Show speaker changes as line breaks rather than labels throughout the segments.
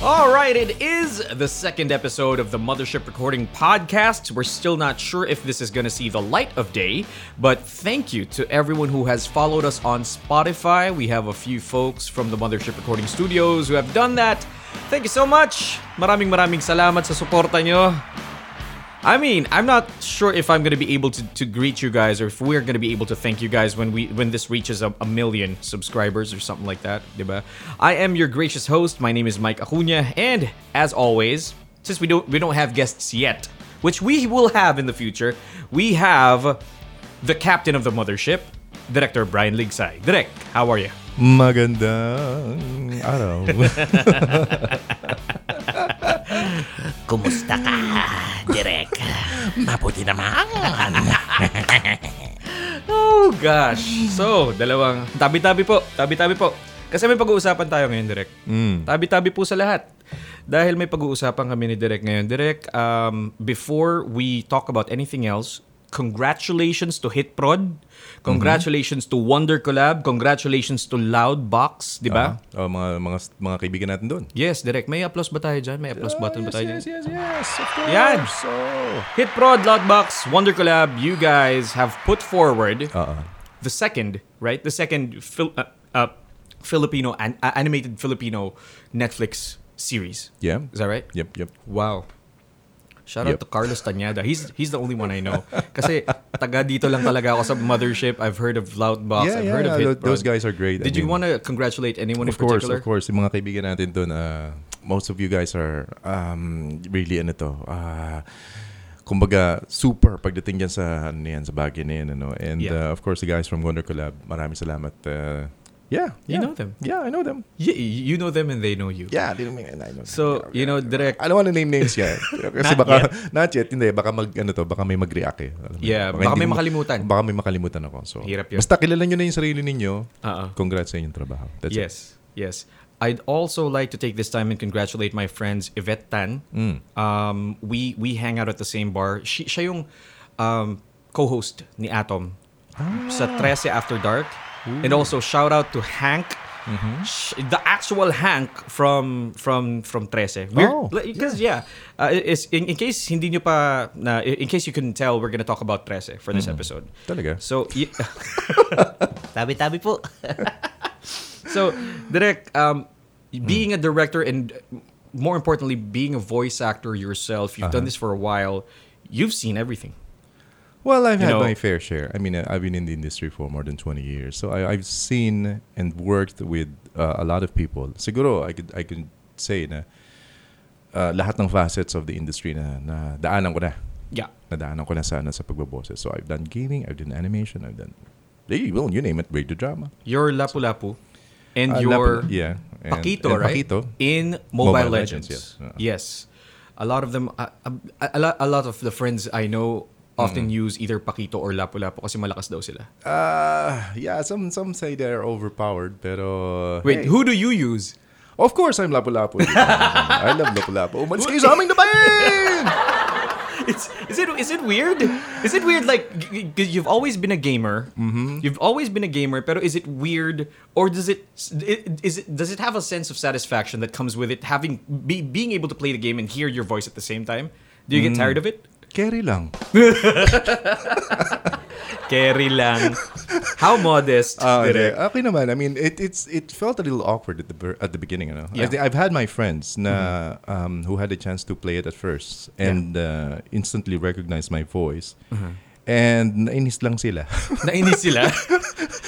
All right, it is the second episode of the Mothership Recording Podcast. We're still not sure if this is going to see the light of day, but thank you to everyone who has followed us on Spotify. We have a few folks from the Mothership Recording Studios who have done that. Thank you so much. Maraming maraming salamat sa suporta nyo. I mean, I'm not sure if I'm gonna be able to, to greet you guys or if we're gonna be able to thank you guys when we when this reaches a, a million subscribers or something like that, diba? I am your gracious host. My name is Mike Acuna, and as always, since we don't we don't have guests yet, which we will have in the future, we have the captain of the mothership, Director Brian Ligsay. Direk, how are you?
Magandang araw.
Kumusta ka, Direk? Mabuti naman.
Oh gosh. So, dalawang tabi-tabi po, tabi-tabi po. Kasi may pag-uusapan tayo ngayon, Direk.
Mm.
Tabi-tabi po sa lahat. Dahil may pag-uusapan kami ni Direk ngayon. Direk, um, before we talk about anything else, congratulations to Hitprod. Congratulations to Wonder Collab. Congratulations to Loudbox, di ba?
oh, mga, mga, mga kaibigan natin doon.
Yes, Direk. May applause ba tayo dyan? May applause button ba tayo dyan?
Ah, yes, yes, yes, of course.
Yan.
So,
Hitprod, Loudbox, Wonder Collab, you guys have put forward
Oo.
the second, right? The second Phil- uh, uh, Filipino an- uh, animated Filipino Netflix series.
yeah.
Is that right?
Yep, yep.
Wow. Shout out to
Yep.
Carlos Tanyada. He's he's the only one I know. Kasi taga dito lang talaga ako sa mothership. I've heard of Loudbox.
Yeah,
I've
yeah,
heard of
yeah,
Hit
tho- those
Prod.
guys are great.
Did
I
you
mean,
want to congratulate anyone
Of
in
course,
particular?
of course. Yung mga kaibigan natin doon, ah, most of you guys are um, really ano to, ah, kumbaga super pagdating dyan sa, ano yan, sa bagay na yan. Ano. And
Yeah.
ah, of course, the guys from Wonder Collab, maraming salamat. ah, yeah,
You
yeah.
know them.
Yeah, I know them.
Y- you know them and they know you.
Yeah, they don't mean, I know them.
So, you know, direct
I don't want to name names yan. Kasi
Not
baka, not yet, hindi. Baka mag, ano to, baka may mag-react eh. Alam mo
Yeah,
yun.
baka
hindi
may
mo-
makalimutan.
Baka may makalimutan ako. So,
Hirap yun.
Basta kilala nyo na yung sarili ninyo.
Oo.
Congrats sa inyong trabaho. That's it.
yes, yes. I'd also like to take this time and congratulate my friends Yvette Tan.
Mm.
Um, we we hang out at the same bar. She, siya yung um, co-host ni Atom sa
Ah.
13 After Dark. And also shout out to Hank.
Mm-hmm.
Sh- The actual Hank from from from 13.
Oh,
because yeah, Uh, is- in, in case hindi nyo pa na in case you couldn't tell, we're gonna talk about 13 for this
Mm-hmm.
episode.
Talaga?
So y-
Tabi-tabi po.
So, Direk, um, being a director and uh, more importantly, being a voice actor yourself, you've
Uh-huh.
done this for a while. You've seen everything.
Well, I've
You
had
know-
my fair share. I mean, I- I've been in the industry for more than 20 years. So I, I've seen and worked with uh, a lot of people. Siguro, I could, I could say na uh, lahat ng facets of the industry na, na daanan ko na.
Yeah.
Nadaanan ko na sa, ano, sa pagbaboses. So I've done gaming, I've done animation, I've done... Hey, well, you name it, radio drama.
Your Lapu Lapu and
Uh,
your
Lapu- yeah, and-
Pakito,
and
right?
Pakito.
In Mobile,
Mobile
Legends.
Legends,
yes.
yes. Uh-huh.
A lot of them, a, a, a, lot- a lot of the friends I know often
Mm-hmm.
use either Pakito or Lapu Lapu kasi malakas daw sila.
Uh, yeah, some some say they're overpowered, pero...
Wait, who do you use?
Of course, I'm Lapu-Lapu. I love Lapu-Lapu. Umalis kayo sa aming dabayin!
It's, is it is it weird? Is it weird like g- g- you've always been a gamer?
Mm-hmm.
You've always been a gamer, pero is it weird or does it is it does it have a sense of satisfaction that comes with it having be, being able to play the game and hear your voice at the same time? Do you get
Mm.
tired of it?
Carry lang.
Carry lang. How modest.
Ah,
Direk.
okay. okay naman. I mean, it it's it felt a little awkward at the ber- at the beginning, you know.
Yeah. Mm-hmm.
I think I've had my friends na um, who had a chance to play it at first and uh, instantly recognized my voice.
Mm-hmm.
And nainis lang sila.
Nainis sila.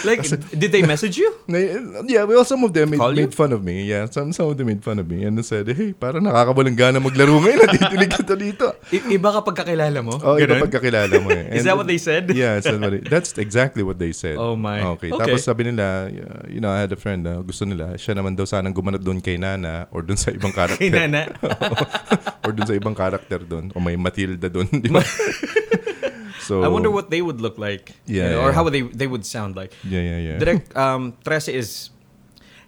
like did they message you?
Na- yeah, well, some of them made,
Call you?
made fun of me. Yeah, some some of them made fun of me and they said, hey, parang nakakawalang gana maglaro ngayon. Natitinig ka to dito.
I- iba kapag kakilala mo?
Oh, iba
Ganun?
pagkakilala mo eh.
Is that what they said?
Yeah, that's what it- that's exactly what they said.
Oh my. Okay.
Okay. Tapos sabi nila, uh, you know, I had a friend na gusto nila, siya naman daw sanang gumanap doon kay Nana or doon sa ibang karakter.
Kay Nana.
or doon sa ibang karakter doon. O may Matilda doon, di ba? so,
I wonder what they would look like. you
Oh. Yeah,
know, Or
yeah.
how they they would sound like.
Yeah, yeah, yeah.
Direct um, Trece is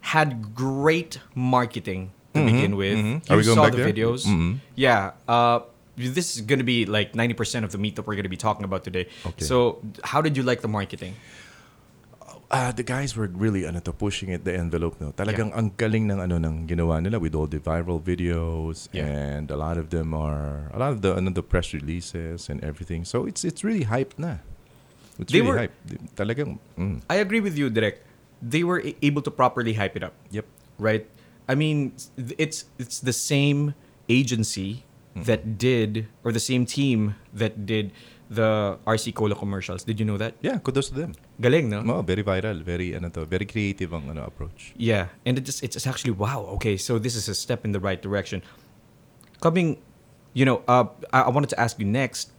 had great marketing to begin with. You
Mm-hmm. Are we going
saw
back
the
there? Mm-hmm.
videos. Yeah. Uh, this is going to be like 90% of the meat that we're going to be talking about today.
Okay.
So, how did you like the marketing?
ah, the guys were really ano to, pushing it the envelope no. Talagang ang galing ng ano ng ginawa nila with all the viral videos
Yeah.
and a lot of them are a lot of the ano, the press releases and everything. So it's it's really hyped na. It's
They
really
were-
hyped. Talagang mm,
I agree with you, Direk. They were a- able to properly hype it up.
yep.
right? I mean, it's it's the same agency
Mm-hmm.
that did or the same team that did the RC Cola commercials. Did you know that?
Yeah, kudos to them.
Galing, no?
No, very viral, very ano to, very creative ang ano approach.
Yeah, and it just it's just actually wow. Okay, so this is a step in the right direction. Coming, you know, uh, I, I wanted to ask you next.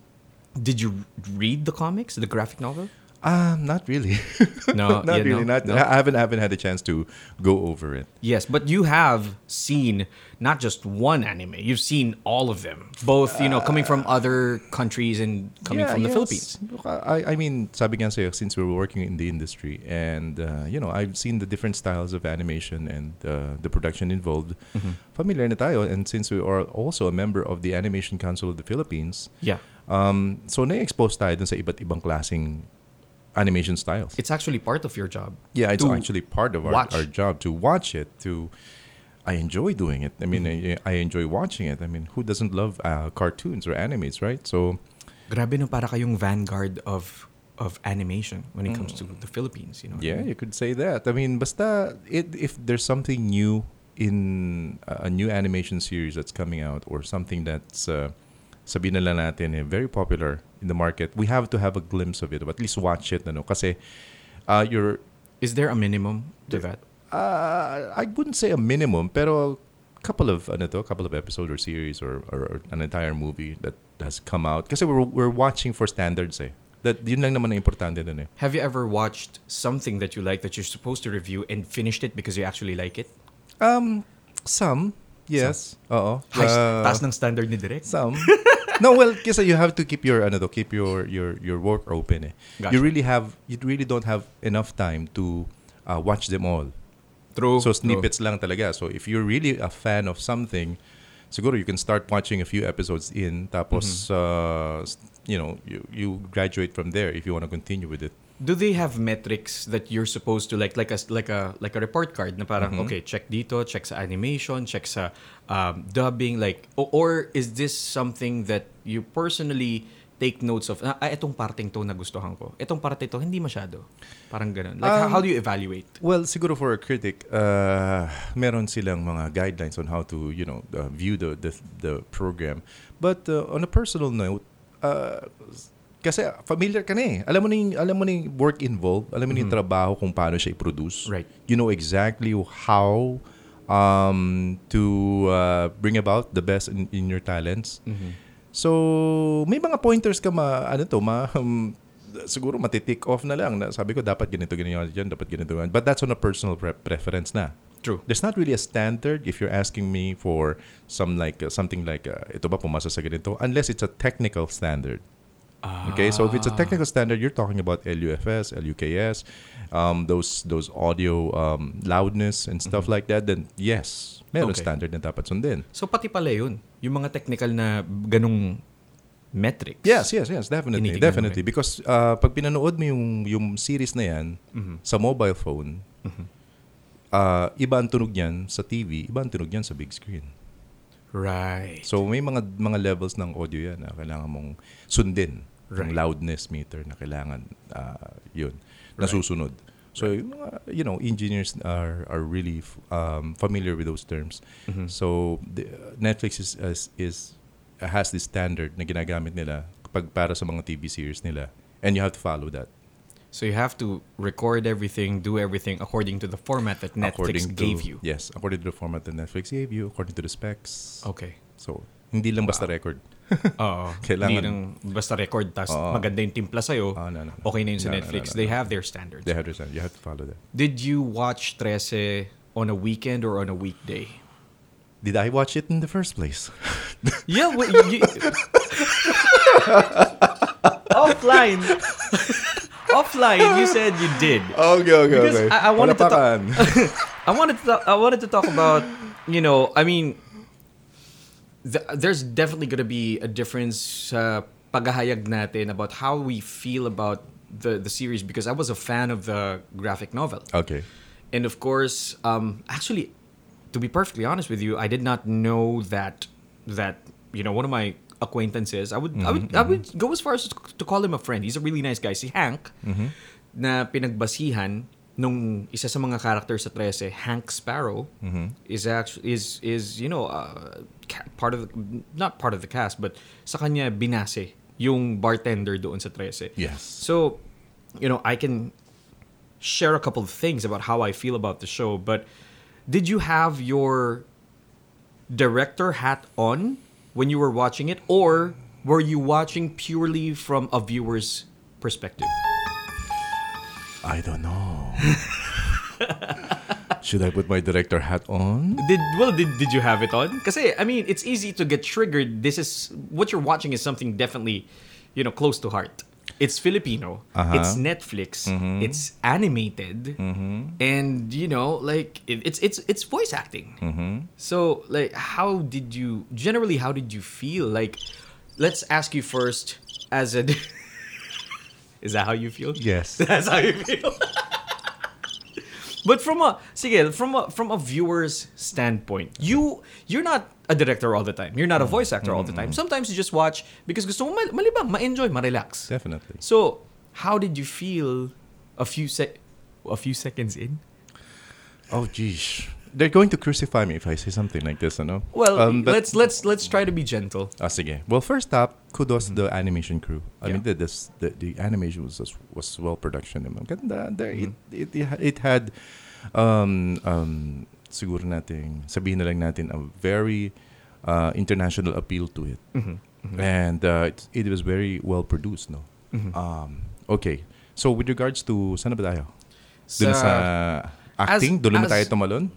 Did you read the comics, the graphic novel?
Um, not really.
Ah. No,
not
yeah,
really.
no,
not
no.
I haven't haven't had a chance to go over it.
Yes, but you have seen not just one anime. You've seen all of them, both you know, coming from other countries and coming
Yeah,
from the
yes.
Philippines.
Look, I, I mean, sabi nga sa'yo, since we're working in the industry and, uh, you know, I've seen the different styles of animation and uh, the production involved,
Mm-hmm.
familiar na tayo. And since we are also a member of the Animation Council of the Philippines,
Yeah,
um, so na-expose tayo dun sa iba't ibang klaseng animation styles.
it's actually part of your job.
Yeah, it's
to-
actually part of our,
watch.
our job to watch it. To I enjoy doing it. I mean,
Mm-hmm.
I, I enjoy watching it. I mean, who doesn't love uh, cartoons or animes, right? So
Grabe no para kayong vanguard of of animation when it comes to the Philippines. You know.
Mm. yeah, you could say that. I mean, basta it, if there's something new in a a new animation series that's coming out or something that's uh, sabihin na lang natin eh, very popular in the market, we have to have a glimpse of it or at least watch it. Ano? Kasi uh, you're
Is there a minimum to that?
uh, I wouldn't say a minimum, pero couple of ano to, couple of episode or series or, or, or an entire movie that has come out. Kasi we're, we're watching for standards eh. That yun lang naman ang importante dun eh.
Have you ever watched something that you like that you're supposed to review and finished it because you actually like it?
Um, some, yes. Oo.
High,
Uh,
taas ng standard ni Direk.
Some. no, well, kasi you have to keep your ano to, keep your your your work open. Eh.
Gotcha.
You really have you really don't have enough time to uh, watch them all.
True.
So snippets lang talaga. So if you're really a fan of something, siguro you can start watching a few episodes in tapos
Mm-hmm.
uh, s- you know, you you graduate from there if you want to continue with it.
Do they have metrics that you're supposed to like like a like a like a report card na parang
Mm-hmm.
okay check dito check sa animation check sa um, dubbing like o- or is this something that you personally take notes of ah itong parteng to nagustuhan ko itong parte to hindi masyado parang ganun
Um,
like how, how do you evaluate
Well, siguro for a critic, uh, meron silang mga guidelines on how to, you know, uh, view the, the the program. But uh, on a personal note, uh, kasi familiar ka na eh. Alam mo na yung, alam mo na yung work involved, alam mo na yung trabaho kung paano siya i-produce.
Right.
You know exactly how um, to uh, bring about the best in, in your talents. So, may mga pointers ka ma, ano to, ma, um, siguro matitik off na lang. Na, sabi ko, dapat ganito, ganito, yan, dapat ganito. yan. But that's on a personal pre- preference na.
True.
There's not really a standard if you're asking me for some like uh, something like uh, ito ba pumasa sa ganito unless it's a technical standard. Okay, so if it's a technical standard, you're talking about LUFS, LUKS, um, those those audio um, loudness and stuff like that. Then yes, meron
Okay.
standard na dapat sundin.
so pati pala yun yung mga technical na ganung metrics
Yes, yes, yes, definitely,
Tinitingnan mo
definitely. Because uh, pag pinanood mo yung yung series na yan sa mobile phone, uh, iba ang tunog niyan sa TV, iba ang tunog niyan sa big screen.
right
So may mga mga levels ng audio yan na kailangan mong sundin. Yung
Right.
loudness meter na kailangan ah, yun nasusunod. So yung mga, you know, engineers are are really f- um, familiar with those terms.
Mm-hmm.
So the, uh, Netflix is, is is has this standard na ginagamit nila pag para sa mga TV series nila and you have to follow that.
so you have to record everything do everything according to the format that Netflix
according
gave
to,
you
Yes, according to the format that Netflix gave you, according to the specs.
okay
So hindi lang basta record.
Oo.
Kailangan-
Hindi nang basta record, tapos
Oo.
maganda yung timpla sa'yo,
Ah, no, no, no.
okay na yun sa
No, no,
Netflix.
no, no,
They
no.
have their standards.
They have to understand, you have to follow that.
Did you watch 13 on a weekend or on a weekday?
Did I watch it in the first place?
Yeah, well, you... Offline. Offline, you said you did.
Okay, okay,
Because okay. I- I wanted to
Palakpakan.
I wanted to talk, I wanted to talk about you know I mean th- there's definitely gonna be a difference sa paghahayag natin about how we feel about the the series because I was a fan of the graphic novel.
Okay.
And of course, um, actually, to be perfectly honest with you, I did not know that that you know one of my acquaintances. I would I would I would go as far as to call him a friend. He's a really nice guy. Si Hank na pinagbasihan nung isa sa mga character sa 13, Hank Sparrow is actually is is you know uh, ca- part of the, not part of the cast but sa kanya binase yung bartender doon sa 13.
Yes.
So, you know, I can share a couple of things about how I feel about the show, but did you have your director hat on when you were watching it, or were you watching purely from a viewer's perspective?
I don't know. Should I put my director hat on?
Did well? Did did you have it on? Because I mean, it's easy to get triggered. This is what you're watching is something definitely, you know, close to heart. It's Filipino.
Uh-huh.
It's Netflix. It's animated, and you know, like it, it's it's it's voice acting. So, like, how did you generally? How did you feel? Like, let's ask you first. As a, is that how you feel?
Yes.
That's how you feel. But from a sige, from a from a viewer's standpoint, you you're not a director all the time. You're not a voice actor all the
Mm-hmm.
time. Sometimes you just watch because gusto mo mal- malibang, ma-enjoy, ma-relax.
Definitely.
So, how did you feel a few sec a few seconds in?
Oh, geez. They're going to crucify me if I say something like this, you know? Um,
Well,
but-
let's let's let's try to be gentle.
Ah, sige. Well, first up, kudos to the animation crew. I
Yeah.
mean, the, this, the the animation was was, was well production naman. Ganda. There, it, it, it had um um siguro natin sabihin na lang natin a very uh, international appeal to it. And uh, it, it was very well produced, no. Um okay. So with regards to saan na ba tayo? Dun sa
as-
acting, doon na
as-
tayo tumalon?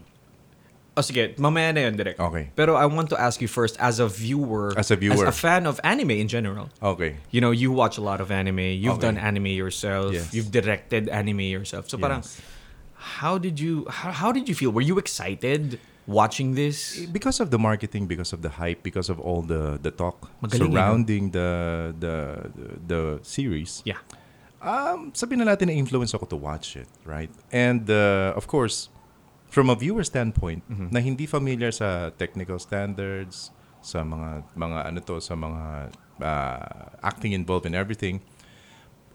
Oh, sige, mamaya na yun direct.
Okay.
Pero I want to ask you first as a viewer,
As a
as a
viewer.
fan of anime in general.
Okay.
you know, you watch a lot of anime. You've done
Okay.
anime yourself.
Yes.
You've directed anime yourself. So, parang,
Yes.
how did you how, how did you feel? Were you excited watching this?
because of the marketing, because of the hype, because of all the the talk
Magaling, ano?
surrounding the, the the the series.
Yeah.
Um, sabihin na natin na influence ako to watch it, right? And uh, of course, from a viewer standpoint,
Mm-hmm.
na hindi familiar sa technical standards, sa mga mga ano to, sa mga uh, acting involved and everything,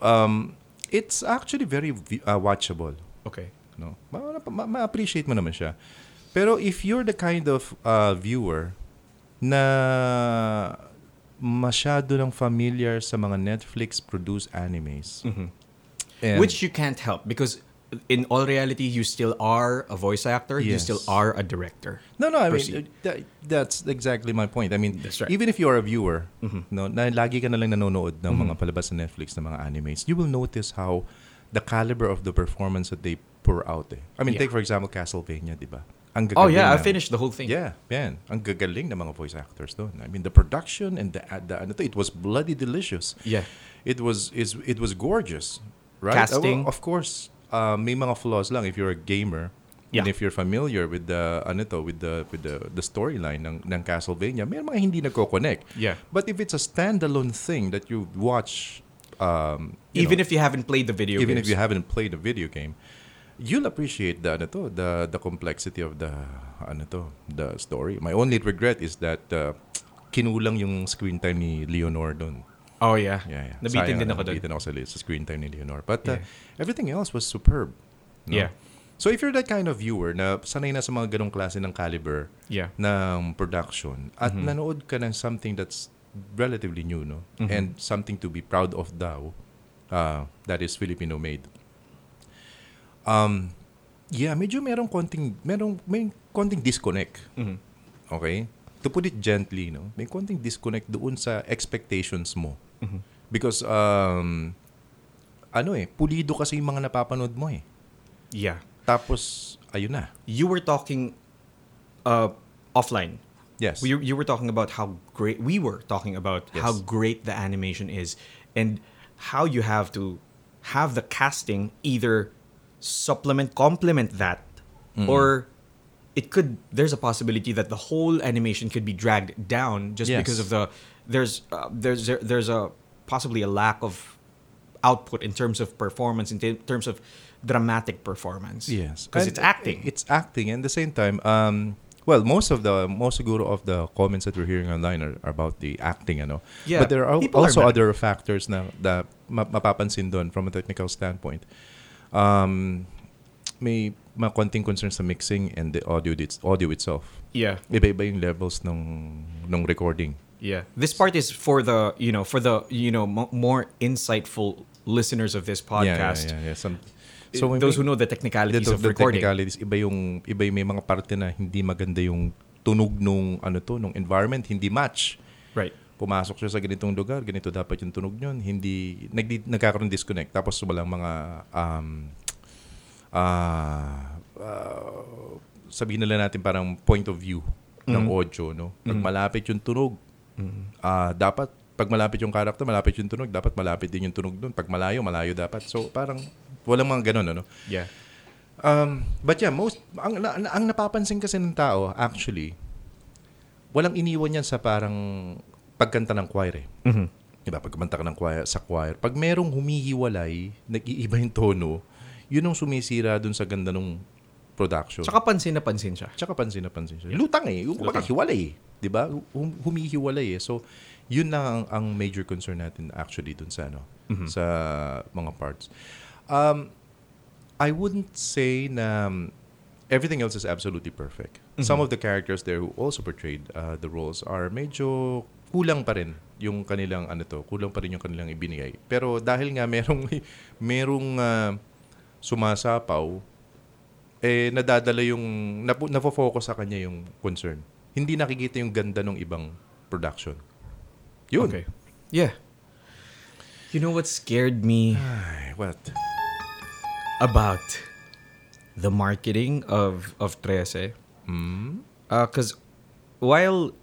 um, it's actually very vi- uh, watchable
Okay.
no ma- ma- ma-appreciate mo naman siya pero if you're the kind of uh, viewer na masyado lang familiar sa mga Netflix produced animes And-
Mm-hmm. Which you can't help because in all reality you still are a voice actor, you
Yes.
still are a director.
No, no, I mean, uh,
Proceed.
that, that's exactly my point. I mean,
That's right. Mm-hmm.
even if you are a viewer, no, na lagi ka na lang nanonood ng mga palabas sa Netflix ng mga animes, you will notice how the caliber of the performance that they pour out. Eh. I mean,
Yeah.
take for example Castlevania, di ba? Ang
Oh yeah, I
gagaling ng-
finished the whole thing.
Yeah, man. Ang gagaling ng mga voice actors doon. I mean, the production and the, the ano to, it was bloody delicious.
Yeah.
It was is it was gorgeous, right?
Casting.
Uh, of course, uh, may mga flaws lang if you're a gamer.
Yeah.
And if you're familiar with the ano to, with the with the the storyline ng ng Castlevania, may mga hindi nagko-connect.
Yeah.
But if it's a standalone thing that you watch um you
Even
know,
if you haven't played the video
even
games.
if you haven't played a video game, you'll appreciate the ano to, the the complexity of the ano to, the story. My only regret is that uh, kinulang yung screen time ni Leonor doon.
Oh yeah.
Yeah, yeah.
Nabitin
Sayang,
din
ano,
ako doon.
Nabitin ako sa, li- sa screen time ni Leonor. But uh,
Yeah.
everything else was superb. no?
Yeah.
So if you're that kind of viewer na sanay na sa mga ganong klase ng caliber
Yeah.
ng production at nanood ka ng something that's relatively new, no? And something to be proud of daw uh, that is Filipino made. Um, yeah, medyo merong konting merong may konting disconnect. Okay? To put it gently, no, may konting disconnect doon sa expectations mo. Because um ano eh, pulido kasi yung mga napapanood mo eh.
Yeah.
Tapos ayun na.
You were talking uh offline.
Yes.
You, you were talking about how great we were talking about
Yes.
how great the animation is and how you have to have the casting either supplement complement that
Mm-hmm.
or it could there's a possibility that the whole animation could be dragged down just
Yes.
because of the there's uh, there's there's a possibly a lack of output in terms of performance, in t- terms of dramatic performance.
Yes,
because
And
it's acting.
It's acting, and at the same time, um, well, most of the most siguro of the comments that we're hearing online are, are about the acting, ano.
Yeah,
But there are
people are
also
mad.
other factors na that ma- mapapansin doon from a technical standpoint. Um, may mga konting concerns sa mixing and the audio it's audio itself.
yeah,
Iba-iba yung levels ng ng recording.
yeah. This part is for the you know for the you know mo more insightful listeners of this
Yeah, yeah,
podcast.
yeah, yeah. Some-
So
when
those
we-
who know the technicalities
the,
of
the
recording.
technicalities, iba yung iba yung may mga parte na hindi maganda yung tunog nung ano to, nung environment, hindi match.
Right.
Pumasok siya sa ganitong lugar, ganito dapat yung tunog niyon, hindi nagdi, nagkakaroon ng disconnect. Tapos walang mga um ah ah, sabihin na lang natin parang point of view ng audio, no? Pag malapit yung tunog, ah dapat pag malapit yung character, malapit yung tunog, dapat malapit din yung tunog doon. Pag malayo, malayo dapat. So parang walang mga ganun, ano?
Yeah.
Um, but yeah, most ang, ang ang napapansin kasi ng tao actually walang iniwan yan sa parang pagkanta ng choir eh.
Mm-hmm.
Diba? Pagkanta ka ng choir, sa choir. Pag merong humihiwalay, nag-iiba yung tono, yun ang sumisira dun sa ganda ng production.
Tsaka pansin na pansin siya.
Tsaka pansin na pansin siya. Lutang eh. Yung kumbaga
Lutang.
hiwalay eh. Di ba? Hum- humihiwalay eh. So, yun na ang, ang major concern natin actually dun sa ano,
Mm-hmm.
sa mga parts. Um, I wouldn't say na um, everything else is absolutely perfect.
Mm-hmm.
Some of the characters there who also portrayed uh, the roles are medyo kulang pa rin yung kanilang ano to, kulang pa rin yung kanilang ibinigay. Pero dahil nga merong merong ah, sumasapaw eh nadadala yung napo, nafo-focus sa kanya yung concern. Hindi nakikita yung ganda ng ibang production. Yun.
Okay. Yeah. You know what scared me
Ay, what?
about the marketing of of Trece?
Hmm?
Because while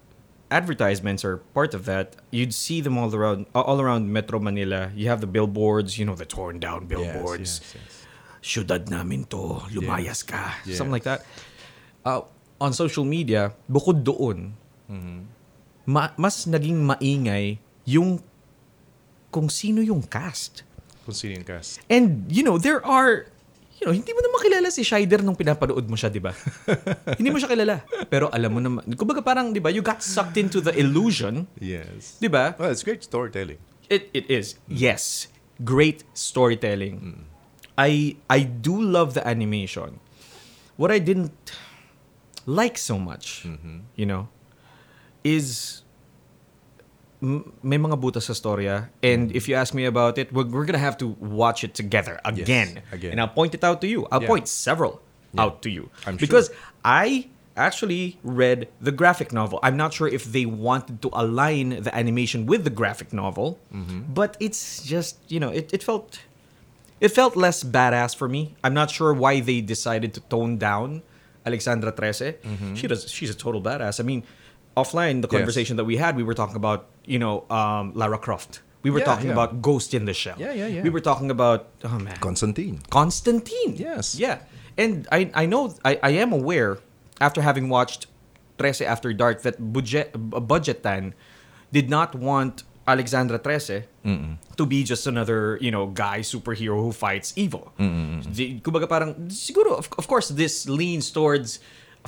advertisements are part of that, you'd see them all around all around Metro Manila. You have the billboards, you know, the torn down billboards.
Yes, yes, yes.
Syudad namin to, lumayas ka. Something like that.
Yes.
Uh, on social media, bukod doon, Mm-hmm. ma- mas naging maingay yung kung sino yung cast.
Kung sino yung cast.
And, you know, there are, you know, hindi mo na makilala si Scheider nung pinapanood mo siya, di ba? hindi mo siya kilala. Pero alam mo naman, kumbaga parang, di ba, you got sucked into the illusion,
Yes.
di ba?
Well, it's great storytelling.
It, it is. Yes. Great storytelling.
Mm.
I, I do love the animation. What I didn't like so much,
Mm-hmm.
you know, is m- may mga butas sa storya.
Mm.
And if you ask me about it, we're, we're gonna have to watch it together again.
again.
And I'll point it out to you. I'll
Yeah.
point several out to you.
I'm sure.
because I actually read the graphic novel. I'm not sure if they wanted to align the animation with the graphic novel,
Mm-hmm.
but it's just, you know, it, it felt it felt less badass for me. I'm not sure why they decided to tone down Alexandra Trece. She does she's a total badass. I mean, offline the
Mm-hmm. Yes.
conversation that we had, we were talking about, you know, um, Lara Croft. We were
Yeah,
talking
yeah.
about Ghost in the Shell.
Yeah, yeah, yeah.
We were talking about oh man.
Constantine.
Constantine.
Yes.
Yeah. And I, I know, I, I am aware, after having watched Trece After Dark, that Budget, Budgetan did not want Alexandra Trece to be just another, you know, guy superhero who fights evil. Di- Kumbaga parang, siguro, of, of course, this leans towards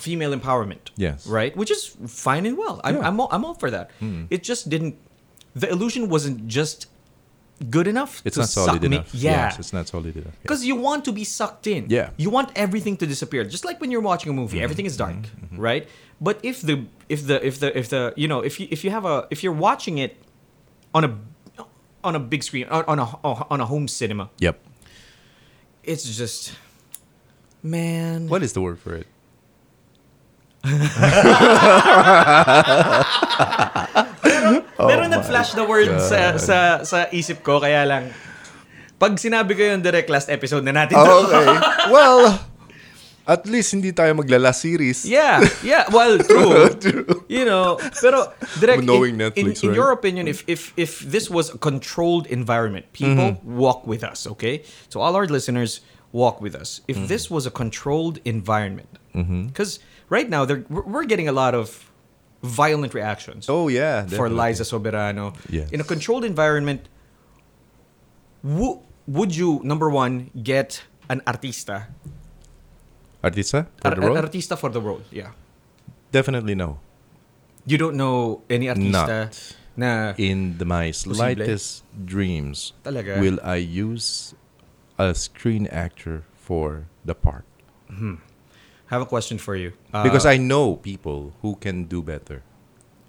female empowerment.
Yes.
Right? Which is fine and well. I'm,
Yeah.
I'm, all, I'm all for that. It just didn't, the illusion wasn't just good enough
It's
to
not solid
suck me-
enough.
Yeah.
Yes, it's not solid enough. Yeah.
Because you want to be sucked in.
Yeah. Mm-hmm.
You want everything to disappear. Just like when you're watching a movie, everything is dark, right? But if the if the if the if the you know if you if you have a if you're watching it on a on a big screen on, on a on a home cinema,
Yep.
it's just man.
What is the word for it?
Meron
Oh
nag-flash na word sa, sa sa isip ko kaya lang pag sinabi ko yung direct last episode na natin to,
okay. well, at least hindi tayo maglala series.
Yeah, yeah. Well, true. You know, pero direct,
Knowing
in, in, in
Netflix, right?
your opinion, if if if this was a controlled environment, people
Mm-hmm.
walk with us, okay? So all our listeners walk with us. If
Mm-hmm.
this was a controlled environment, because right now they're, we're we're getting a lot of violent reactions
Oh yeah.
for
definitely.
Liza Soberano.
Yes.
In a controlled environment, wo- would you number one get an artista,
Artista? For
Ar-
the role?
an artista for the role? Yeah.
Definitely no.
You don't know any artista na
Not. In the, my
Posible.
slightest dreams,
Talaga?
will I use a screen actor for the part?
have a question for you Uh,
Because I know people who can do better.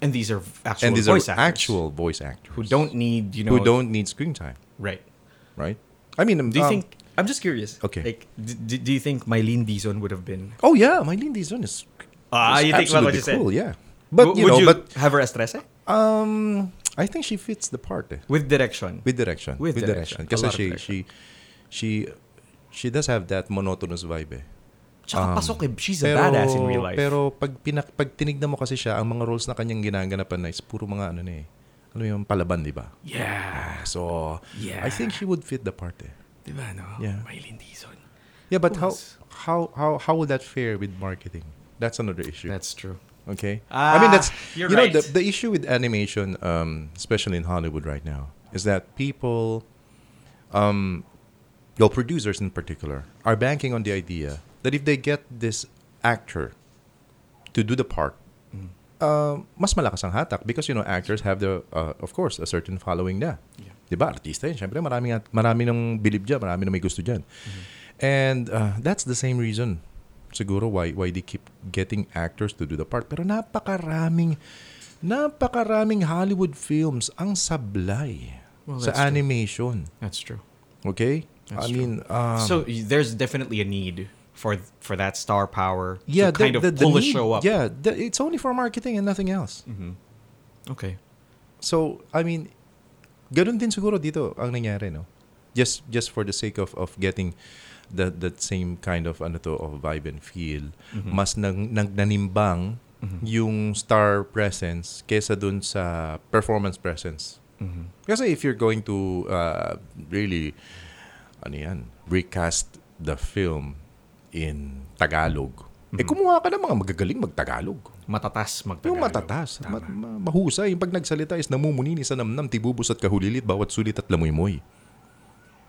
and these are actual
and these
voice
are
actors
actual voice actors
who don't need you know
who don't need screen time,
right.
right? I mean, um,
Do you
um,
think? I'm just curious.
Okay.
Like, d- d- do you think Mylene Dizon would have been?
Oh yeah, Mylene Dizon is
Ah,
is
you think about what
absolutely
you said.
cool, Yeah, but
W-
you
would
know,
you
but
have her as Trece?
um, I think she fits the part eh,
with direction?
with direction.
With direction. A
because
lot of
she
direction.
she she she does have that monotonous vibe. Eh.
Tsaka
Um,
pasok eh. She's a badass in real life.
Pero pag, pinak, pag tinignan mo kasi siya, ang mga roles na kanyang ginaganapan na is puro mga ano na eh. Ano yung palaban, di ba?
yeah.
So,
Yeah.
I think she would fit the part eh.
Diba, no?
Yeah.
Mylene Dizon.
Yeah, but how,
Yes.
how how how would that fare with marketing? That's another issue.
That's true.
okay.
Ah,
I mean, that's
you're
you know the,
right.
the issue with animation, um, especially in Hollywood right now, is that people, um, well, producers in particular, are banking on the idea that if they get this actor to do the part. Uh, mas malakas ang hatak because you know actors have the uh, of course a certain following na.
Yeah.
'Di ba? Artista 'yan. Syempre marami at marami nang bilib diyan, marami nang may gusto diyan.
Mm-hmm.
And uh, that's the same reason siguro why why they keep getting actors to do the part. Pero napakaraming napakaraming Hollywood films ang sablay
Well,
sa
that's true.
animation.
That's true.
Okay?
That's
I
true.
mean, um,
so y- there's definitely a need for for that star power to
yeah,
kind
the,
of
the, the
pull a
need-
show up. Mm-hmm.
Yeah, the- it's only for marketing and nothing else.
Okay.
So, I mean, ganun din siguro dito ang nangyari, no? Just just for the sake of of getting the that same kind of ano to of vibe and feel,
Mm-hmm. Hmm.
mas nang nagnanimbang yung star presence kesa dun sa performance presence.
Mm-hmm.
Kasi if you're going to uh, really ano yan, recast the film in Tagalog, eh kumuha ka ng mga magagaling magtagalog.
Matatas magtagalog.
Yung matatas, ma- ma- mahusay. Yung pag nagsalita is namumuni ni sa namnam, tibubos at kahulilit, bawat sulit at lamoy-moy.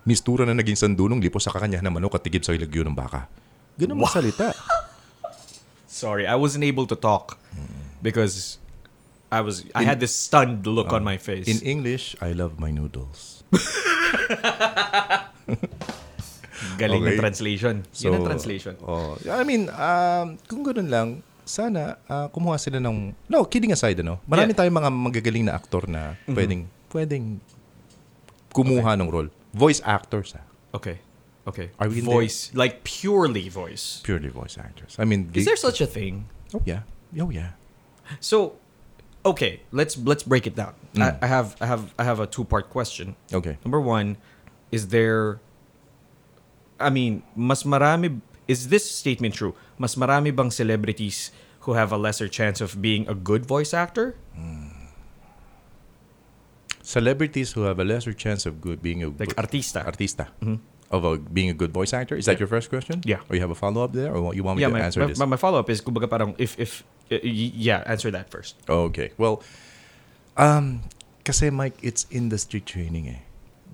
Mistura na naging sandulong, lipos sa kakanya na manok at tigib sa ilagyo ng baka. Ganun ang salita.
Sorry, I wasn't able to talk
Mm-hmm.
because I was I had this stunned look on my face.
Oh. In English, I love my noodles.
Galing na
Okay.
translation. Yun ang translation.
Oh, I mean, um, kung ganun lang, sana ah, kumuha sila ng... No, kidding aside, ano?
Yeah.
Marami
Mm-hmm.
tayong mga magagaling na aktor na pwedeng, pwedeng kumuha ng role. Voice actors, ah.
Okay. Okay.
Are we in
voice, like purely voice.
Purely voice actors. I mean,
Is
they-
there such a thing?
Oh yeah. Oh yeah.
So, okay, let's let's break it down.
Mm.
I, I have I have I have a two part question.
Okay.
Number one, is there? I mean, mas marami. Is this statement true? Mas marami bang celebrities who have a lesser chance of being a good voice actor?
Celebrities who have a lesser chance of good being a good,
Like artista. Mm-hmm.
artista of a, being a good voice actor. Is that your first question?
Yeah.
Or you have a follow up there, or what- you want me
yeah,
to
my,
answer
my,
this?
my follow up is kumbaga parang if if y- y- yeah, answer that first.
okay. Well, um, kasi Mike, it's industry training, eh.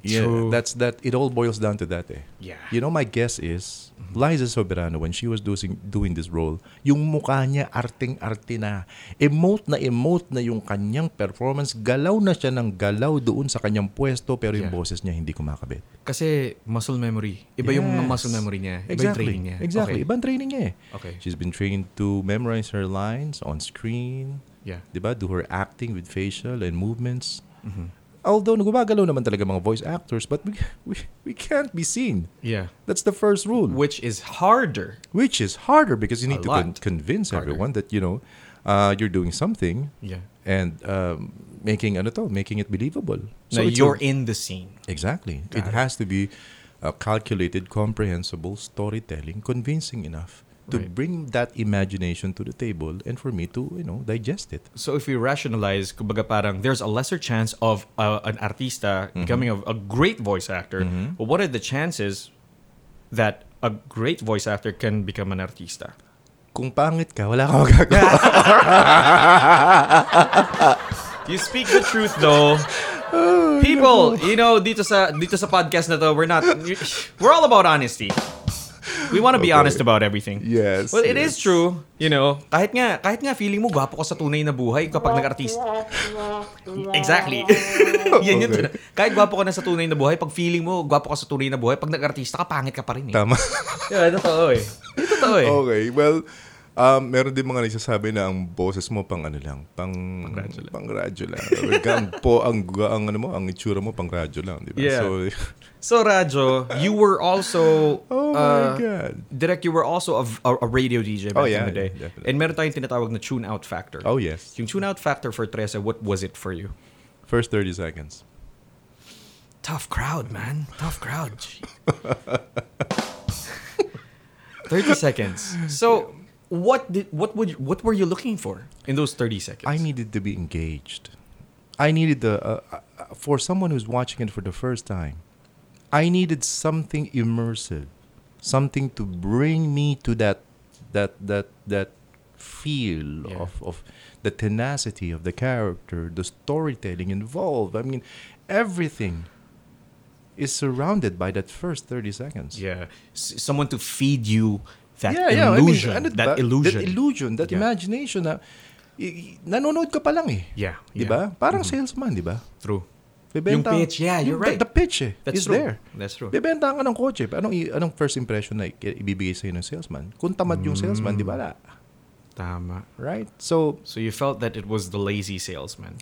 Yeah,
True.
that's that. It all boils down to that, eh.
Yeah.
You know, my guess is Liza Soberano when she was doing doing this role, yung mukha niya arting-arte na. Emote na emote na yung kanyang performance. Galaw na siya ng galaw doon sa kanyang pwesto pero yung
Yeah.
boses niya hindi kumakabit.
Kasi muscle memory. Iba yung
Yes.
muscle memory niya. Iba yung
exactly.
Eh, training niya.
Exactly.
Okay.
Ibang training niya eh.
Okay.
She's been trained to memorize her lines on screen.
Yeah.
Diba? Do her acting with facial and movements. Although gumagalaw naman talaga mga voice actors but we, we, we can't be seen.
Yeah.
That's the first rule.
Which is harder.
which is harder because you
A
need to con-
lot
convince
harder.
everyone that you know uh, you're doing something
Yeah.
and um, making ano to, making it believable.
So
it's
you're
a-
in the scene.
exactly.
Got
it
it.
has to be a calculated, comprehensible storytelling, convincing enough to
Right.
bring that imagination to the table and for me to you know digest it.
So if we rationalize, kumbaga parang there's a lesser chance of uh, an artista becoming a, a great voice actor. But what are the chances that a great voice actor can become an artista?
Kung pangit ka, wala kang magagawa.
You speak the truth though. People, you know, dito sa dito sa podcast na to, we're not we're all about honesty. We want to be
Okay.
honest about everything.
Yes,
Well, it is
yes.
true, you know. Kahit nga kahit nga feeling mo gwapo ka sa tunay na buhay kapag nag-artista. Exactly. Yan yun.
Okay.
Kahit gwapo ka na sa tunay na buhay, pag feeling mo gwapo ka sa tunay na buhay, pag nag-artista ka, pangit ka pa rin eh.
Tama. Oh.
Yeah, totoo eh. Totoo eh.
okay, well, um, meron din mga nagsasabi na ang boses mo pang ano lang, pang
radyo lang.
pang radyo lang. Ang po ang ang ano mo, ang itsura mo pang radyo lang, di ba?
Yeah.
So
So, Rajo, you were also... uh,
Oh my god.
Direct, you were also a, a, a radio DJ back
Oh, yeah,
in the day.
definitely.
And meron tayong tinatawag na tune-out factor.
Oh yes.
Yung tune-out factor for Trece, what was it for you?
First 30 seconds.
Tough crowd, man. Tough crowd. Gee. 30 seconds. So, what did what would what were you looking for in those 30 seconds?
I needed to be engaged. I needed the uh, uh, uh, for someone who's watching it for the first time. I needed something immersive, something to bring me to that that that that feel
Yeah.
of of the tenacity of the character, the storytelling involved. I mean, everything is surrounded by that first 30 seconds.
yeah, S- someone to feed you that
Yeah, yeah, I mean,
illusion,
ano,
that
ba-
illusion.
That illusion, that
Yeah.
imagination na i- i- nanonood ka pa lang eh.
Yeah,
Di
yeah.
ba? Parang salesman, di ba?
True.
Bebenta,
Yung pitch, yeah, you're right.
yung- The, the pitch eh,
That's
is
true.
there.
That's true.
Bebenta ka ng kotse. pa- Anong, i- anong first impression na i- ibibigay sa'yo ng salesman? Kung tamad yung salesman, di ba? Wala.
Mm. Tama.
Right? So,
So you felt that it was the lazy salesman.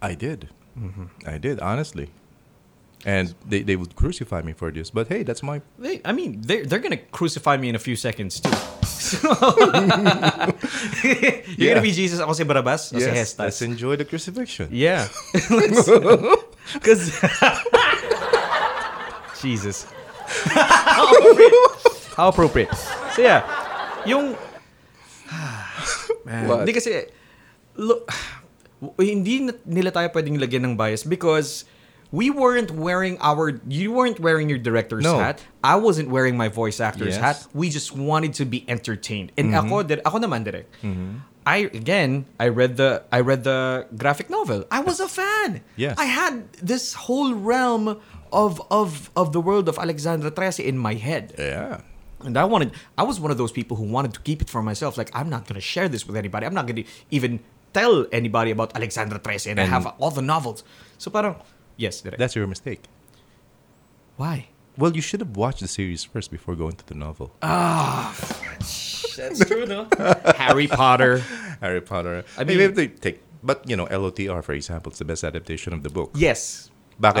I did.
Mm-hmm.
I did, honestly. And they, they would crucify me for this. But hey, that's my...
They, I mean, they're, they're going to crucify me in a few seconds, too. So, you're going to
Yeah.
be Jesus, ako si Barabas, o si
Yes,
Hestas.
let's enjoy the crucifixion.
Yeah. Because... Jesus. How appropriate. How appropriate. So, yeah. Yung... Man.
What?
Hindi kasi... Look, hindi na- nila tayo pwedeng lagyan ng bias because we weren't wearing our... You weren't wearing your director's
No.
hat. I wasn't wearing my voice actor's
Yes.
hat. We just wanted to be entertained. And
Mm-hmm.
ako, dir- ako naman direct. I again, I read the I read the graphic novel. I was a fan.
Yes.
I had this whole realm of of of the world of Alexandra Trece in my head.
Yeah.
And I wanted I was one of those people who wanted to keep it for myself. Like I'm not going to share this with anybody. I'm not going to even tell anybody about Alexandra Trece and, I
And-
have all the novels. So parang yes, direct.
That's your mistake.
Why?
Well, you should have watched the series first before going to the novel.
Ah. That's true, no? Harry Potter.
Harry Potter.
I
I
mean-
mean, they take, but you know, LOTR, for example, it's the best adaptation of the book.
Yes.
Bakit?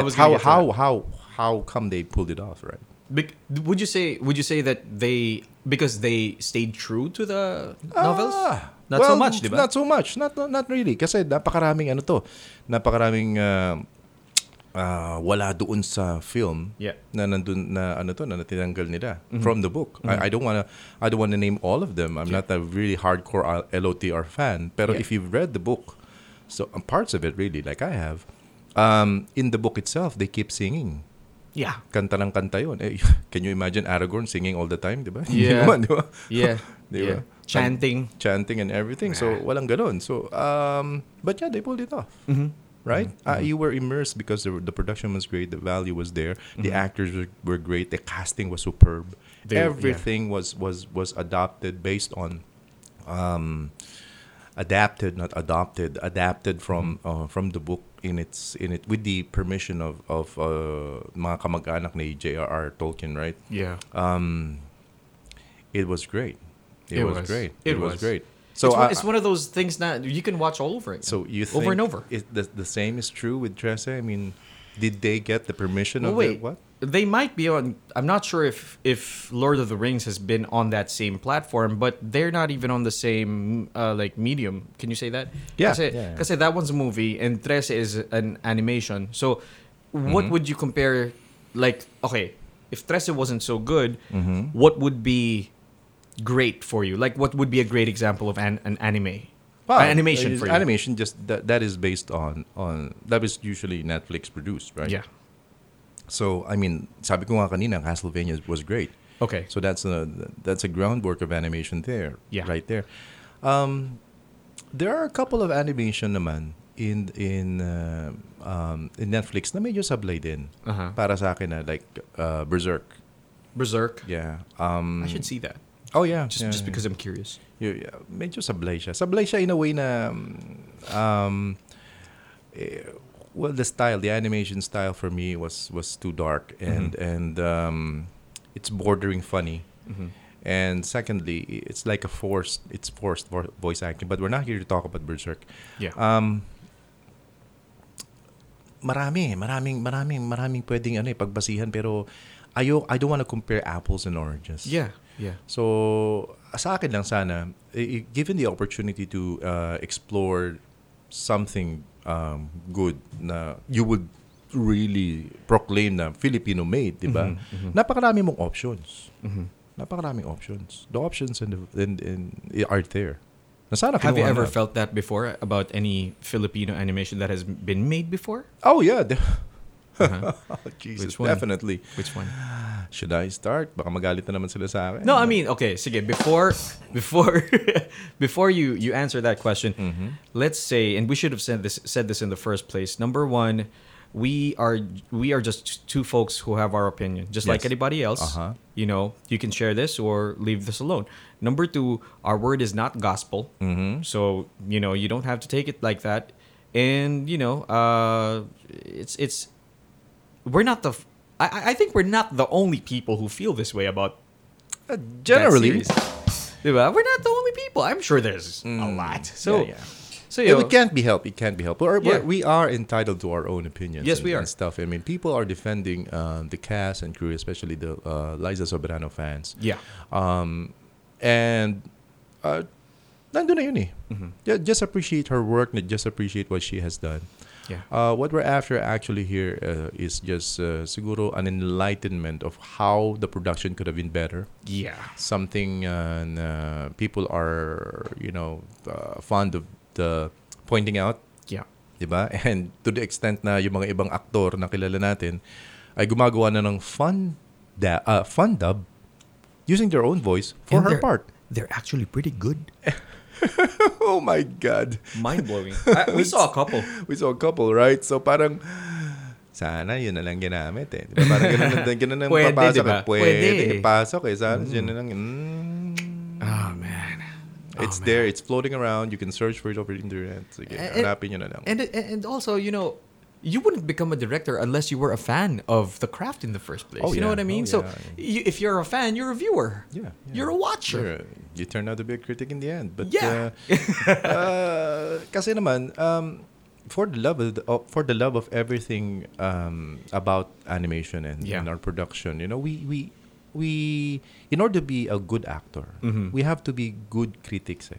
I was gonna get
how
to
how
that.
how how come they pulled it off, right?
Bec- would you say would you say that they because they stayed true to the novels?
Ah,
not so
well,
much, di ba?
Not so much. Not not, not really kasi napakaraming ano to. Napakaraming uh, uh, wala doon sa film
Yeah. Mm-hmm.
na nandun na ano to na tinanggal nila from the book. I, I don't wanna I don't wanna name all of them. I'm not a really hardcore uh, L- LOTR fan, pero
Yeah.
if you've read the book, so um, parts of it really like I have, um, in the book itself they keep singing.
yeah.
kanta ng kanta yun. Eh, can you imagine Aragorn singing all the time, di ba? Hindi
Yeah.
naman, di ba?
Yeah.
Di
yeah.
ba?
Chanting.
Chanting and everything. So, walang ganun. So, um, but yeah, they pulled it off.
Mm-hmm.
Right? Uh, you were immersed because the, the production was great, the value was there, the actors were, were great, the casting was superb.
Mm-hmm. They- yeah.
everything was, was, was adopted based on um, adapted, not adopted, adapted from
Mm-hmm.
uh, from the book in its in it with the permission of of uh, mga kamag-anak ni J.R.R. Tolkien, right?
Yeah.
Um, it was great. It,
It
was,
was.
great.
It
It, was.
was.
great. uh,
So it's, one,
I-
it's one of those things that you can watch all over again.
so you think
over and over.
It, the, the same is true with Tresse? I mean, did they get the permission
Well, Oh,
of
wait,
the, what?
They might be on. I'm not sure if if Lord of the Rings has been on that same platform, but they're not even on the same uh, like medium. Can you say that?
Yeah,
Kasi,
yeah, yeah.
kasi that one's a movie and Tres is an animation. So, what
Mm-hmm.
would you compare? Like, okay, if Trece wasn't so good,
Mm-hmm.
what would be great for you? Like, what would be a great example of an, an anime?
Well,
An animation
uh,
for you.
Animation just that, that is based on on that is usually Netflix produced, right?
Yeah.
So I mean, sabi ko nga kanina, Castlevania was great.
Okay.
So that's a that's a groundwork of animation there,
Yeah.
right there. Um, there are a couple of animation naman in in uh, um, in Netflix na medyo sablay din
Uh-huh.
para sa akin na like uh, Berserk.
Berserk.
Yeah. Um,
I should see that
oh yeah.
just
yeah,
just
yeah.
because I'm curious.
Y- yeah, medyo sablay siya. Sablay siya in a way na um, eh, well the style, the animation style for me was was too dark and and um, it's bordering funny.
Mm-hmm.
And secondly, i- it's like a forced it's forced vo- voice acting, but we're not here to talk about Berserk.
Yeah.
Um marami, maraming maraming maraming pwedeng ano eh, pagbasihan pero ayo I don't want to compare apples and oranges.
yeah. Yeah.
So, sa akin lang sana, i- i- given the opportunity to uh, explore something um, good na you would really proclaim na Filipino made, di ba?
Mm-hmm,
Napakarami mong options. Napakaraming options. The options and, the- and, and are there. Na sana
Have you
kinuha
ever
na-
felt that before about any Filipino animation that has been made before?
Oh, yeah. de-
Uh-huh.
Oh, Jesus,
Which one?
definitely.
Which one?
Should I start? Baka magalit na naman sila sa akin.
No, I mean, okay, sige, before before before you you answer that question,
Mm-hmm.
let's say and we should have said this said this in the first place. Number 1, we are we are just two folks who have our opinion, just like
Yes.
anybody else.
Uh-huh.
You know, you can share this or leave this alone. Number 2, our word is not gospel.
Mm-hmm.
So, you know, you don't have to take it like that. And, you know, uh it's it's we're not the f- I I- I think we're not the only people who feel this way about that
Uh, generally,
series. Diba? We're not the only people. I'm sure there's a lot. So,
Mm. yeah, yeah.
so
Yeah,
you
it can't be helped. It can't be helped. We're, we're-
Yeah.
we are entitled to our own opinions.
Yes,
and,
we are.
And stuff. I mean, people are defending um, the cast and crew, especially the uh, Liza Soberano fans.
yeah,
Um, and uh, nandun na yun eh. Ju- Just appreciate her work. na- Just appreciate what she has done.
yeah,
Uh, what we're after actually here uh, is just uh, siguro an enlightenment of how the production could have been better
yeah,
something uh, na people are you know uh, fond of the pointing out,
yeah.
'di ba? And to the extent na yung mga ibang aktor na kilala natin ay gumagawa na ng fun da- uh, fun dub using their own voice for
And
her
they're-
part.
They're actually pretty good.
Oh my god.
Mind blowing. I- we saw a couple.
We saw a couple, right? So parang sana yun na lang ginamit eh. Di ba? Parang ganun, na- ganun ang
Pwede,
papasok.
di ba?
eh. Pwede,
Pwede eh.
ipasok eh. Sana yun na lang. mm.
Oh man.
It's there. It's floating around. You can search for it over the internet. Sige,
Eh, eh,
hanapin nyo na lang.
And and and also, you know, you wouldn't become a director unless you were a fan of the craft in the first place.
Oh,
you know
yeah.
what I mean?
Oh,
so,
yeah.
you, if you're a fan, you're a viewer.
Yeah, yeah.
You're a watcher.
Sure, you turn out to be a critic in the end. But
Yeah.
uh, uh, kasi naman, um, for the love of, the- oh, for the love of everything um, about animation and,
Yeah.
and our production, you know, we we we in order to be a good actor,
Mhm.
we have to be good critics. Eh.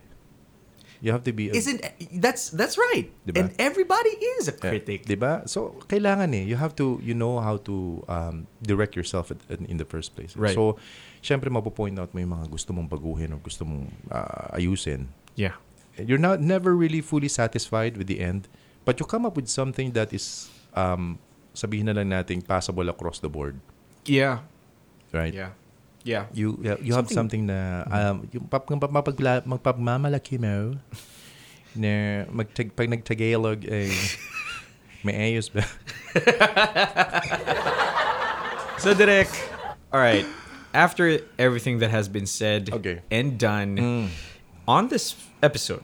You have to be. A,
Isn't that's that's right?
Diba?
And everybody is a
Yeah.
critic.
'Di ba? So, kailangan eh. You have to, you know how to um, direct yourself at, at- in the first place.
Right.
So, syempre, mapopoint out mo yung mga gusto mong baguhin o gusto mong ah, ayusin.
Yeah.
You're not never really fully satisfied with the end, but you come up with something that is, um, sabihin na lang natin, passable across the board.
Yeah.
Right?
Yeah. Yeah.
You yeah, you have something na um, yung pap, yung pap- mapagla- magpagmamalaki mo na magtag, pag nagtagalog eh, may ayos ba?
So Derek, all right. After everything that has been said
Okay.
and done on this episode,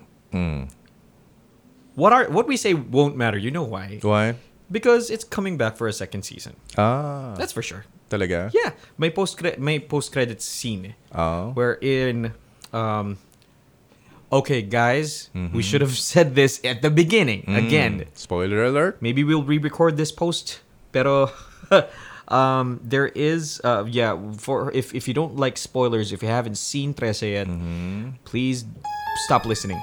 what are what we say won't matter. You know why?
Why?
Because it's coming back for a second season.
Ah,
That's for sure.
talaga?
Yeah, may post may post credits scene
Oh.
wherein um okay guys, we should have said this at the beginning again.
Mm. Hmm, Spoiler alert.
maybe we'll re-record this post pero um there is uh yeah for if if you don't like spoilers if you haven't seen Trece yet
Mm-hmm.
please stop listening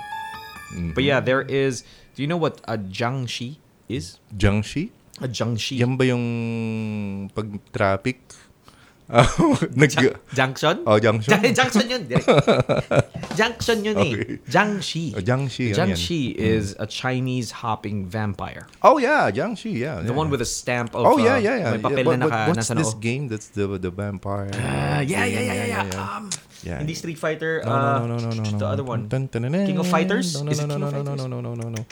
but yeah there is do you know what a jiangshi is
Jiangxi?
a jiangshi
Yan ba yung pag-traffic? Ah, Nag...
Jang- junction
Oh, junction.
junction yun direct. junction yun eh
Okay.
jiangshi
Oh, jiangshi, ano yan?
jiangshi is a chinese hopping vampire
Oh, yeah. Jiangxi, yeah.
the one with a stamp of
Oh,
uh,
yeah, yeah, yeah.
may papel
Yeah, but-
na
but
naka,
what's
nasa
this
noo.
game that's the the vampire?
Ah, yeah, yeah, yeah, yeah, yeah. Um,
Yeah.
Hindi Street Fighter.
No,
uh,
no, no, no, no, no, no.
The other one.
Dun, dun, dun, dun.
King of Fighters?
No, no,
Is it King
no, no,
of
no, no,
Fighters?
no, no, no, no, no.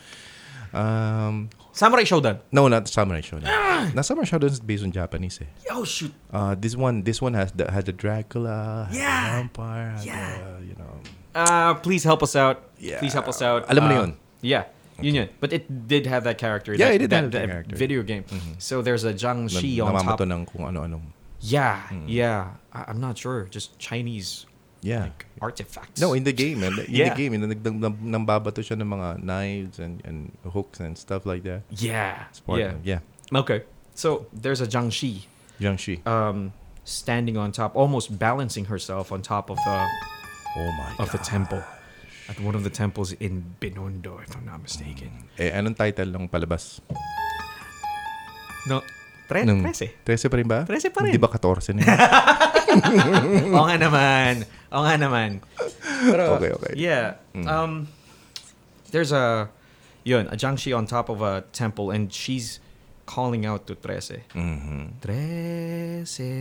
Um,
Samurai Shodan.
no, not Samurai Shodown.
Ah!
Not Samurai Shodown is based on Japanese. Eh.
Oh shoot.
Uh, this one, this one has the had the Dracula, had
Yeah.
the vampire, had
Yeah.
the, you know.
Uh, please help us out.
Yeah.
Please help us out.
Alam mo na
Uh,
yun.
Yeah. Yun yun. But it did have that character.
Yeah,
that,
it did
that,
have that
that
character. Mm-hmm.
video game. So there's a Zhang
Nam-
Shi
Mm-hmm.
on top.
namamato ng kung ano-ano.
Yeah, yeah. I- I'm not sure. Just Chinese
Yeah.
like artifacts.
No, in the game, man. In
Yeah.
the game, nag- nag- nag- nambabato siya ng mga knives and, and hooks and stuff like that.
yeah,
It's part
yeah.
of- yeah.
Okay, so there's a Zhang Shi
Yang Shi.
um, standing on top, almost balancing herself on top of uh,
oh my
of the
God.
temple at one of the temples in Binondo, if I'm not mistaken.
Eh, anong title ng palabas?
No, tre-
Nung-
13.
13 pa rin ba?
13 pa rin.
Di ba 14 na yun?
Oo nga Oh, naman. Oo nga naman. Pero,
Okay, okay.
Yeah. Um, there's a, yun, a Jiangxi on top of a temple and she's calling out to Trece.
Mm-hmm.
Trece.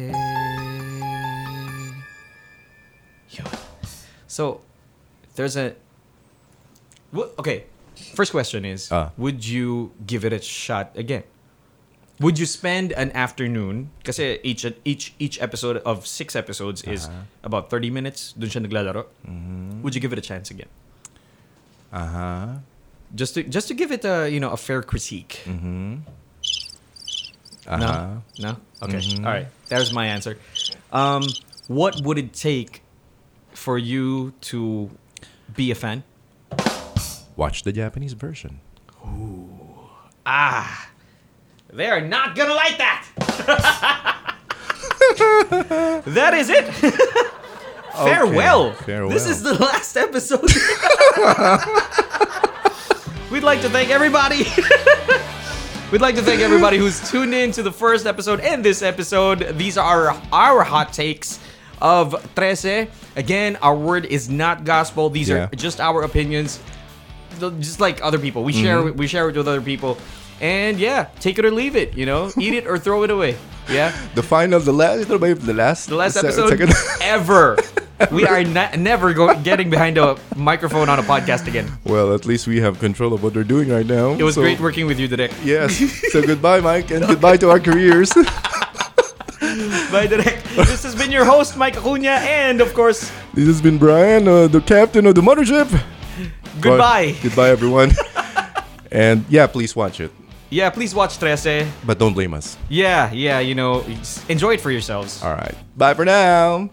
Yun. So, there's a, wha- okay. First question is,
Ah.
would you give it a shot again? Would you spend an afternoon? Kasi each each each episode of six episodes is about 30 minutes. Dun siya naglalaro. Would you give it a chance again?
Aha.
Just to just to give it a you know a fair critique. No,
Aha.
no. Okay, All right. There's my answer. Um, what would it take for you to be a fan?
Watch the Japanese version.
Ah, They are not gonna like that. that is it. Farewell.
farewell.
This is the last episode. We'd like to thank everybody. We'd like to thank everybody who's tuned in to the first episode and this episode. These are our hot takes of Trece. Again, our word is not gospel. These are
Yeah.
just our opinions the- just like other people. We share
Mm-hmm.
we share it with other people, and yeah, take it or leave it. You know, eat it or throw it away. Yeah,
The final, the last, ito ba yung the last?
the last
se-
episode
second-
ever. We are ne- never go- getting behind a microphone on a podcast again.
well, at least we have control of what they're doing right now.
It was
so-
great working with you today.
Yes. so goodbye, Mike, and goodbye to our careers.
Bye, Derek. This has been your host, Mike Acuna, and of course,
this has been Brian, uh, the captain of the mothership.
goodbye.
Goodbye, everyone. and yeah, please watch it,
Yeah, please watch Trece.
but don't blame us.
Yeah, yeah, you know, enjoy it for yourselves.
All right. Bye for now.